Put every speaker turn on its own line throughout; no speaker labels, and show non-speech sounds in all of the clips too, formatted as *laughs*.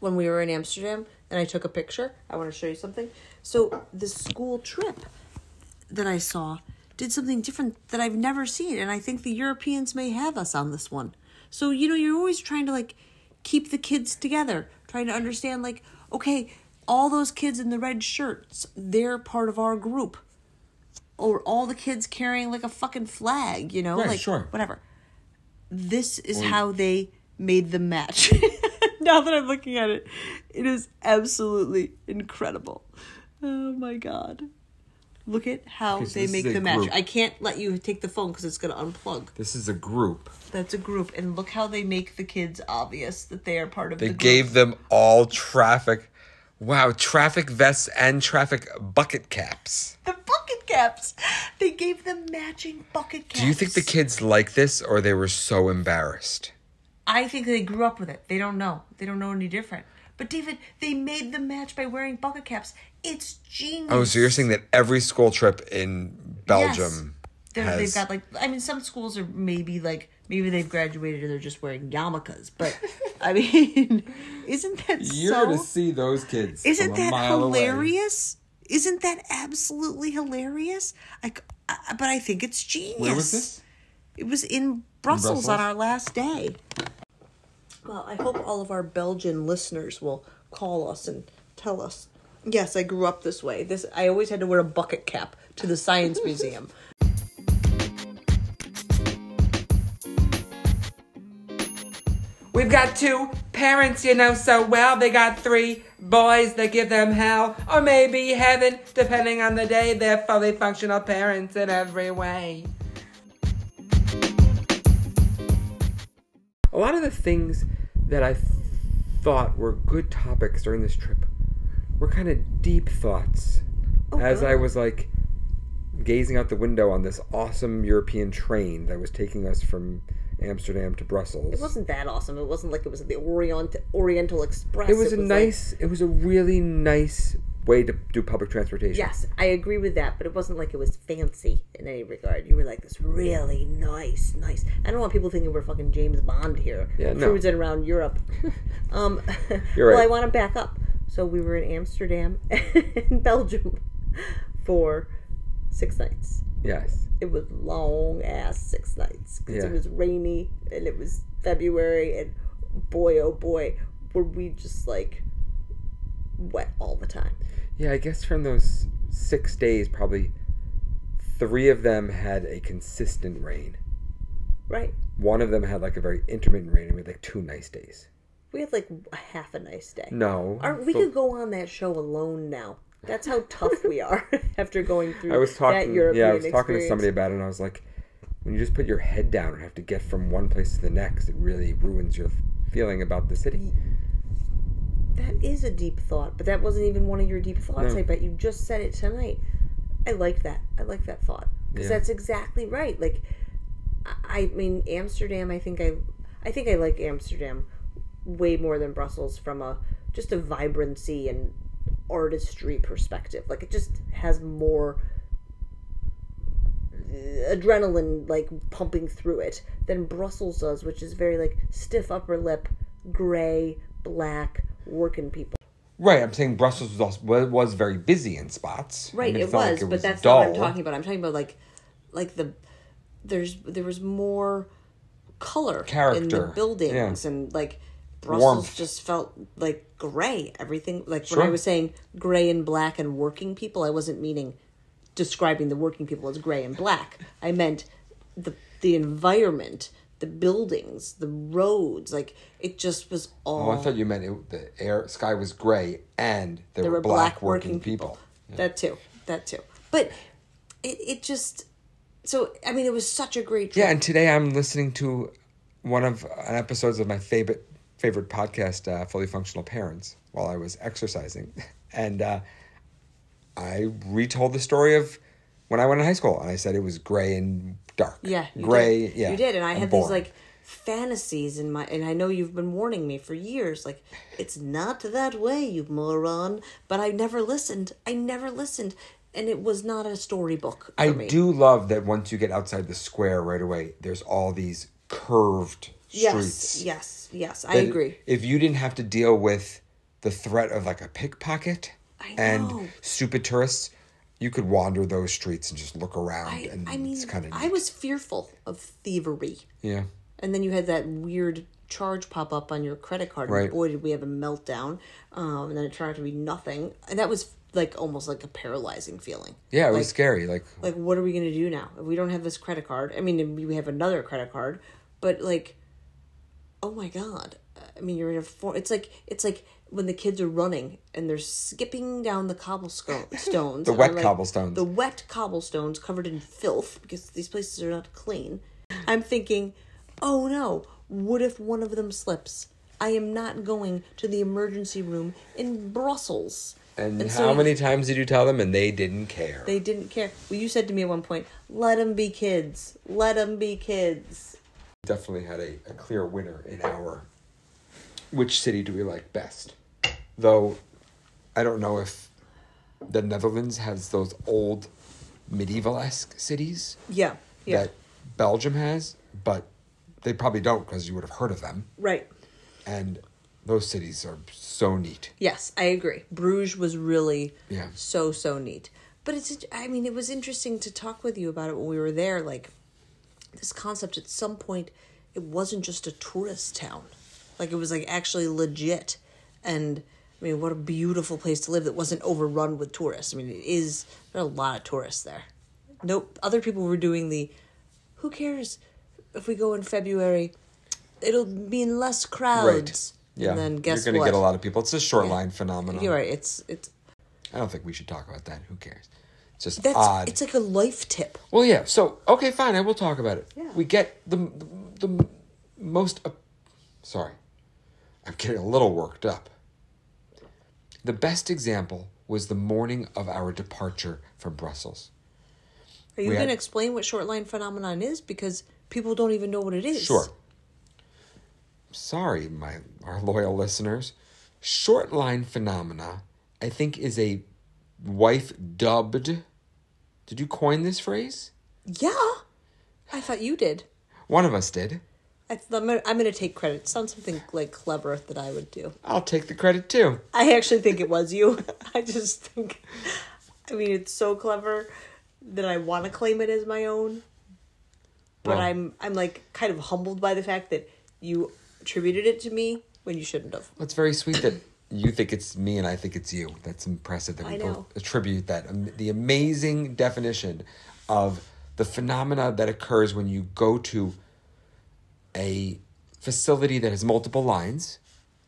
when we were in Amsterdam and I took a picture. I want to show you something. So the school trip that I saw did something different that I've never seen, and I think the Europeans may have us on this one. So you know, you're always trying to like keep the kids together, trying to understand like, okay, all those kids in the red shirts, they're part of our group. Or all the kids carrying like a fucking flag, you know,
Right,
like
sure.
whatever. This is how they made the match. *laughs* now that I'm looking at it, it is absolutely incredible. Oh my god. Look at how
'Cause
they
this
make
is a
the match.
group.
I can't let you take the phone because it's going to unplug.
This is a group.
That's a group, and look how they make the kids obvious that they are part of
They
the group.
gave them all traffic. Wow, traffic vests and traffic bucket caps.
the bucket caps. They gave them matching bucket caps.
Do you think the kids like this or they were so embarrassed?
I think they grew up with it. They don't know. They don't know any different. But David, they made them match by wearing bucket caps. It's genius.
Oh, so you're saying that every school trip in Belgium
They're-
has
They've got like I mean some schools are maybe like maybe they've graduated and they're just wearing yarmulkes, but I *laughs* mean isn't that so
see those kids.
Isn't that hilarious? Isn't that absolutely hilarious? I, c- I- but I think it's genius.
Where was this?
It was in Brussels,
Brussels?
on our last day. Well, I hope all of our Belgian listeners will call us and tell us. Yes, I grew up this way. This I always had to wear a bucket cap to the science
*laughs*
museum.
We've got two parents you know so well. They got three boys that give them hell, or maybe heaven, depending on the day. They're fully functional parents in every way. A lot of the things that I thought were good topics during this trip were kind of deep thoughts as I was like gazing out the window on this awesome European train that was taking us from Amsterdam to Brussels.
It wasn't that awesome. It wasn't like it was the Orient Oriental Express.
it was a
like-
nice it was a really nice way to do public transportation
Yes, I agree with that, but it wasn't like it was fancy in any regard. You were like this really nice, nice. I don't want people thinking we're fucking James Bond here,
Yeah, no.
cruising around Europe. *laughs* um,
*laughs* You're
well,
right.
I want to back up. So we were in Amsterdam *laughs* and Belgium for six nights.
yes
It was long ass six nights because
Yeah.
it was rainy and it was February and boy oh boy were we just like wet all the time.
yeah i guess from those six days probably three of them had a consistent rain
Right.
one of them had like a very intermittent rain and we had like two nice days
We had like a half a nice day.
no
Our, we could go on that show alone now. That's how tough
*laughs*
we are *laughs* after going through
i was
that
talking
European
yeah i was talking to
experience.
somebody about it and i was like when you just put your head down and have to get from one place to the next it really ruins your feeling about the city
That is a deep thought, but that wasn't even one of your deep thoughts.
No.
I bet you just said it tonight. I like that. I like that thought because
Yeah.
that's exactly right. Like, I, I mean, Amsterdam. I think I, I think I like Amsterdam way more than Brussels from a just a vibrancy and artistry perspective. Like, it just has more adrenaline like pumping through it than Brussels does, which is very like stiff upper lip, gray, black working people.
Right, I'm saying Brussels was also, wa- was very busy in spots. I
Right,
mean,
it
it's
was,
not like
but that's not what I'm
dull.
talking about. I'm talking about like, like the there's there was more color in the
Character,
buildings
yeah.
and like Brussels
Warmth.
just felt like gray. Everything like when I
Sure.
was saying gray and black and working people, I wasn't meaning describing the working people as gray and black. I meant the the environment, the buildings, the roads. Like it just was all.
Oh, I thought you meant it, the air sky was gray and there,
there
were,
were
black, working, people.
That too. That too. But it, it just so I mean it was such a great trip.
Yeah, and today I'm listening to one of uh, episodes of my favorite favorite podcast, uh, Fully Functional Parents, while I was exercising, *laughs* and uh, I retold the story of when I went in high school, and I said it was gray and dark.
Yeah, you
gray.
did.
Yeah,
you did, and I had these
boring.
like fantasies in my, and I know you've been warning me for years, like it's not that way, you moron. But I never listened. I never listened, and it was not a storybook. For
I
me.
do love that once you get outside the square right away, there's all these curved
Yes,
streets.
yes, yes. I agree.
If you didn't have to deal with the threat of like a pickpocket
I know.
and stupid tourists, you could wander those streets and just look around.
I,
and
I mean,
it's kind of
I was fearful of thievery.
yeah.
And then you had that weird charge pop up on your credit card. and
Right.
Boy, did we have a meltdown. Um, and then it turned out to be nothing. And that was like almost like a paralyzing feeling.
Yeah, it
like,
was scary. Like,
Like, what are we going to do now? If we don't have this credit card, I mean, we have another credit card, but like, oh my God. I mean, you're in a form. It's like, it's like when the kids are running and they're skipping down the
*laughs*
cobblestones. the
wet cobblestones.
The wet cobblestones covered in filth because these places are not clean. I'm thinking, oh no, what if one of them slips? I am not going to the emergency room in Brussels.
and,
so
how many times did you tell them and they didn't care?
They didn't care. Well, you said to me at one point, let them be kids. Let them be kids.
definitely had a, a clear winner in our which city do we like best though i don't know if the netherlands has those old medieval-esque cities
Yeah. Yeah.
that belgium has but they probably don't because you would have heard of them
Right.
and those cities are so neat
Yes, I agree. Bruges was really
Yeah.
so so neat. But it's I mean it was interesting to talk with you about it when we were there like this concept at some point it wasn't just a tourist town. Like it was like actually legit and I mean what a beautiful place to live that wasn't overrun with tourists. I mean it is there are a lot of tourists there. Nope, other people were doing the who cares if we go in February it'll mean less crowds.
yeah
And then guess
you're gonna
what?
get a lot of people it's a shoreline line
Yeah.
phenomenon
You're right. It's it's
i don't think we should talk about that who cares it's just
that's
odd
it's like a life tip.
Well, yeah. So okay, fine. I will talk about it.
Yeah.
We get the the, the most. ap- sorry, I'm getting a little worked up. The best example was the morning of our departure from Brussels.
Are you
We
going to
had-
explain what short line phenomenon is because people don't even know what it is?
Sure. Sorry, my our loyal listeners. Short line phenomena, I think, is a wife dubbed. Did you coin this phrase?
Yeah. I thought you did.
One of us did.
I th- I'm gonna, I'm going to take credit. It sounds something like clever that I would do.
I'll take the credit too.
I actually think it was you. *laughs* I just think, I mean, it's so clever that I want to claim it as my own, but
Well-
I'm I'm like kind of humbled by the fact that you attributed it to me when you shouldn't have.
Well, it's very
*coughs*
sweet that you think it's me and I think it's you. That's impressive that
I
we
know.
both attribute that um, the amazing definition of the phenomena that occurs when you go to a facility that has multiple lines,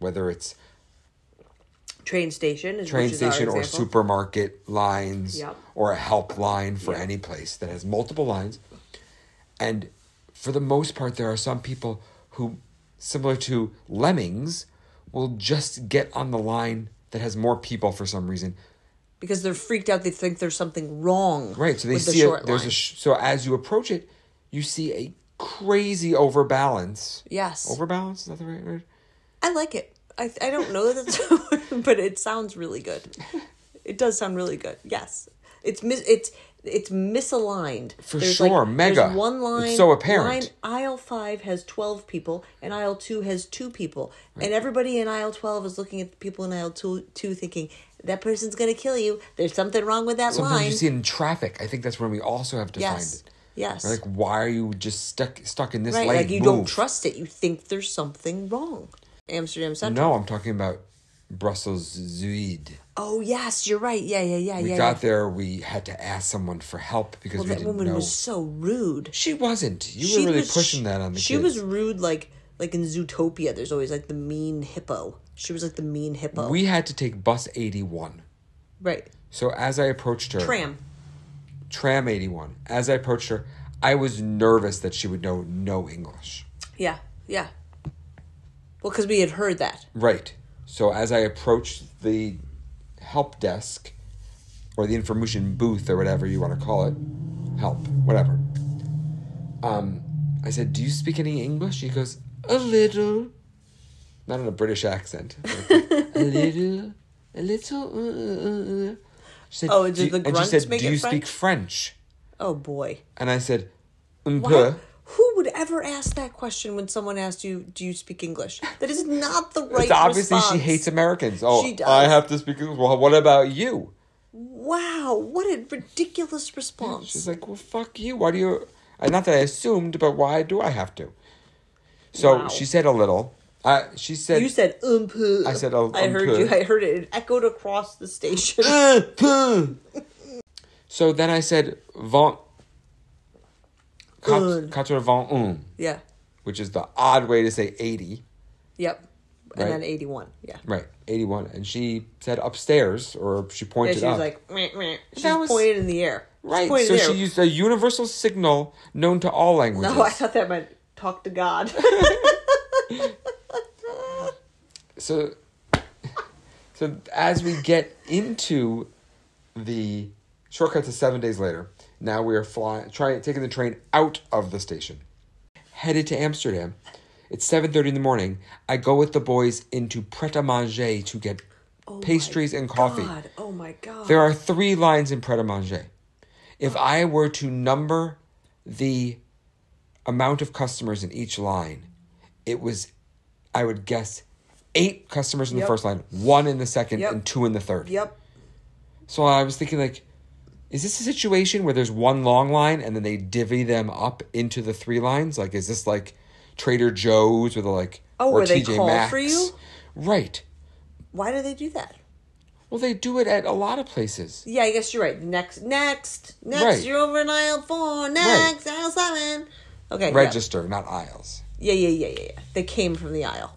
whether it's
Train station is
train
which is our
station or
example.
supermarket lines
Yep.
or a help line for
Yep.
any place that has multiple lines. And for the most part, there are some people who, similar to lemmings, will just get on the line that has more people for some reason.
because they're freaked out. They think there's something wrong.
Right. So they
with
see
the short
a, there's
line.
a sh- so as you approach it, you see a crazy overbalance.
yes.
Overbalance is that the right word?
I like it. I I don't know that that's, *laughs* but it sounds really good. It does sound really good. Yes, it's mis it's it's misaligned
For
There's
sure,
Like,
mega.
There's one
It's
line.
so apparent.
Line, aisle five has twelve people, and aisle two has two people, and everybody in aisle twelve is looking at the people in aisle two, two thinking that person's gonna kill you. There's something wrong with that
Sometimes
line.
you see it in traffic. I think that's when we also have defined
yes,
it.
yes.
Like, why are you just stuck stuck in this
Right,
lane?
like you
Move.
don't trust it. You think there's something wrong. Amsterdam Central.
No, I'm talking about Brussels Zuid.
Oh yes, you're right. Yeah, yeah, yeah,
We
yeah.
got
yeah.
there. We had to ask someone for help because
Well,
we
that
didn't
woman
know.
was so rude.
She wasn't. You
She
were really
was-
pushing that on the
She
kids.
was rude, like like in Zootopia. There's always like the mean hippo. She was like the mean hippo.
We had to take bus 81.
right.
So as I approached her,
Tram.
tram 81. As I approached her, I was nervous that she would know no English.
Yeah, yeah. Well, because we had heard that.
Right. So as I approached the help desk or the information booth or whatever you want to call it, help, whatever. Um, I said, "Do you speak any English?" She goes, "A little." Not in a British accent. *laughs* like, a little, a little. Uh, uh, uh." She said,
Oh, did
"Do you-"
the
and she
grunts
said,
make
"Do
it
you speak French?"
Oh boy.
And I said, "Un
Why?
peu."
Who would ever ask that question when someone asked you, "Do you speak English?" That is not the right.
It's obviously she
response.
hates Americans. Oh,
She does.
I have to speak English. Well, what about you?
Wow, what a ridiculous response!
She's like, well, fuck you. Why do you? uh, Not that I assumed, but why do I have to? So
Wow.
she said a little. Uh, she said,
you said um poo.
I said, um,
I heard
poo.
you. I heard it. It echoed across the
*laughs*
station.
*laughs* So then I said, "Vent."
Un.
quatre-vingt-un,
yeah.
which is the odd way to say 80.
Yep. And
Right.
then eighty one. Yeah.
Right, 81. And she said upstairs, or she
Yeah,
pointed
she was
up.
like, meh, meh. she's
That was-
pointed in the air. She's
right,
pointed
so
in the
she
air.
used a universal signal known to all
*laughs*
languages.
No, I thought that meant talk to
*laughs*
God. Oh
so *laughs* so as we get into the shortcut to seven days later now we are flying trying taking the train out of the station headed to amsterdam it's 7.30 in the morning i go with the boys into pret-a-manger to get
Oh my
pastries and coffee
God. Oh my God.
there are three lines in Pret-a-Manger. If I were to number the amount of customers in each line, it was, I would guess, eight customers in
Yep.
the first line, one in the second,
Yep.
and two in the third.
Yep.
So I was thinking, like, is this a situation where there's one long line and then they divvy them up into the three lines? Like, is this like Trader Joe's with a like,
Oh, where they call for you?
Right.
Why do they do that?
Well, they do it at a lot of places.
Yeah, I guess you're right. Next, next, next.
Right.
You're over in aisle four. Next, aisle seven. Okay. Register.
Register, not aisles.
Yeah. yeah, yeah, yeah, yeah, yeah. They came from the aisle.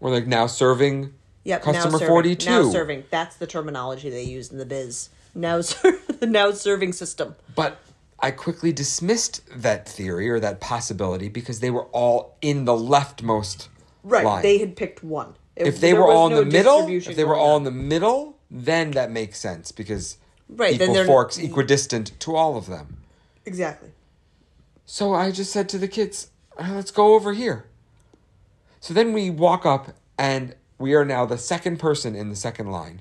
We're like now serving
Yep. now
customer
serving.
42.
Now serving. That's the terminology they use in the biz. Now *laughs* ser- the now serving system.
But I quickly dismissed that theory or that possibility because they were all in the leftmost
Right.
line.
They had picked one. It-
if they
there
were
was
all in
no
the middle,
distribution
if they were
going
all
on.
in the middle, then that makes sense because
Right, then
equal
they're-
forks, equidistant to all of them.
Exactly.
So I just said to the kids, "Ah, let's go over here. So then we walk up, and we are now the second person in the second line.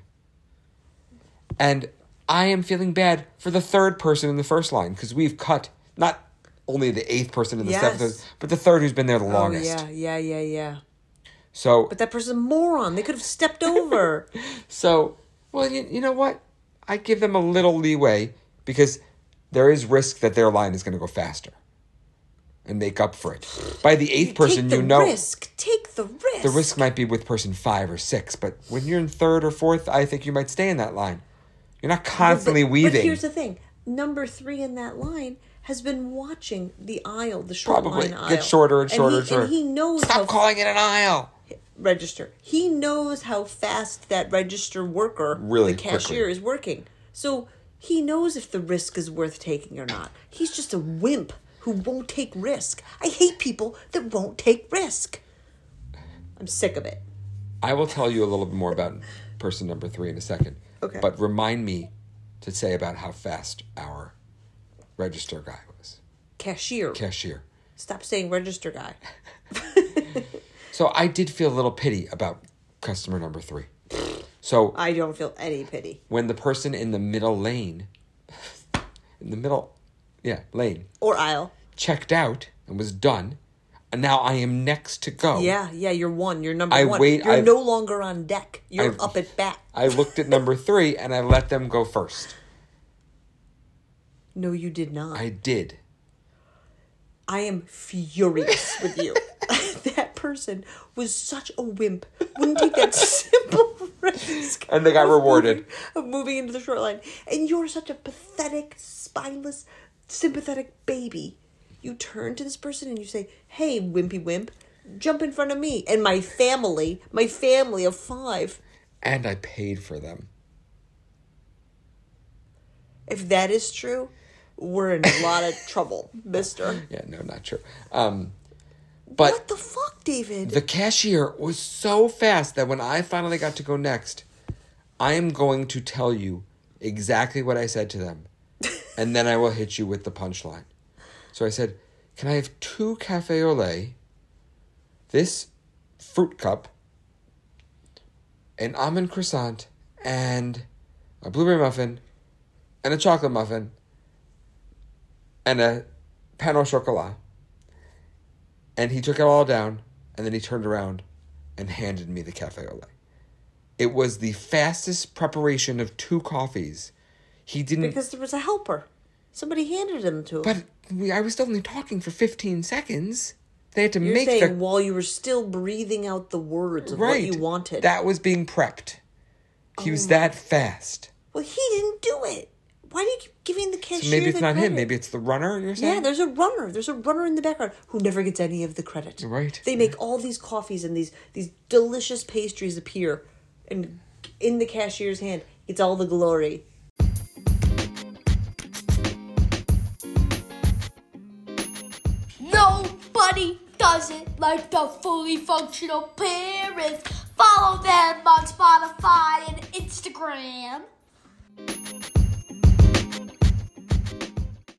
And I am feeling bad for the third person in the first line because we've cut not only the eighth person and the
Yes.
seventh, but the third who's been there the
Oh,
longest.
yeah, yeah, yeah, yeah.
So,
But that person's a moron. They could have
*laughs*
stepped over.
so well, you, you know what? I give them a little leeway because there is risk that their line is going to go faster and make up for it. By the eighth person,
Take the
you know.
risk. Take the risk.
The risk might be with person five or six, but when you're in third or fourth, I think you might stay in that line. You're not constantly
but,
weaving.
But here's the thing: number three in that line has been watching the aisle, the short
Probably
line aisle,
gets shorter and
he-
shorter and shorter.
And he knows how
Stop calling it an aisle.
register. He knows how fast that register worker,
Really
the cashier,
quickly.
is working. So he knows if the risk is worth taking or not. He's just a wimp who won't take risk. I hate people that won't take risk. I'm sick of it.
I will tell you a little bit more about person number three in a second.
Okay.
But remind me to say about how fast our register guy was,
Cashier.
cashier.
Stop saying register guy.
So I did feel a little pity about customer number three. So
I don't feel any pity.
when the person in the middle lane, in the middle, yeah, lane,
Or aisle.
checked out and was done. And now I am next to go.
Yeah, yeah, you're one. You're number
I
one.
wait-
you're
I've-
no longer on deck. You're
I've-
up at bat.
I looked at number three and I let them go first.
No, you did not.
I did.
I am furious with you. *laughs* that person was such a wimp. Wouldn't take
*laughs*
that simple risk.
And they got
of
rewarded.
moving- Of moving into the short line. And you're such a pathetic, spineless, sympathetic baby. You turn to this person and you say, Hey, wimpy wimp, jump in front of me and my family, my family of five.
And I paid for them.
If that is true, we're in a lot of trouble, mister.
Yeah, no, not true. Um, but
What the fuck, David?
the cashier was so fast that when I finally got to go next, I am going to tell you exactly what I said to them. and then I will hit you with the punchline. So I said, Can I have two cafe au lait, this fruit cup, an almond croissant, and a blueberry muffin, and a chocolate muffin, and a pan au chocolat, And he took it all down, and then he turned around and handed me the cafe au lait. It was the fastest preparation of two coffees. He didn't.
because there was a helper. Somebody handed him to him.
but we, I was still only talking for 15 seconds. They had to
You're
make
saying
the
while you were still breathing out the words of
right.
what you wanted. Oh
That was being prepped. He was that fast.
well, he didn't do it. Why do you keep giving the cashier?
Maybe it's
the
not him.
credit?
Maybe it's the runner. You're saying.
Yeah, there's a runner. There's a runner in the background who never gets any of the credit.
Right.
They make all these coffees and these these delicious pastries appear, and in the cashier's hand, it's all the glory.
Nobody does it like the fully functional parents. Follow them on Spotify and Instagram.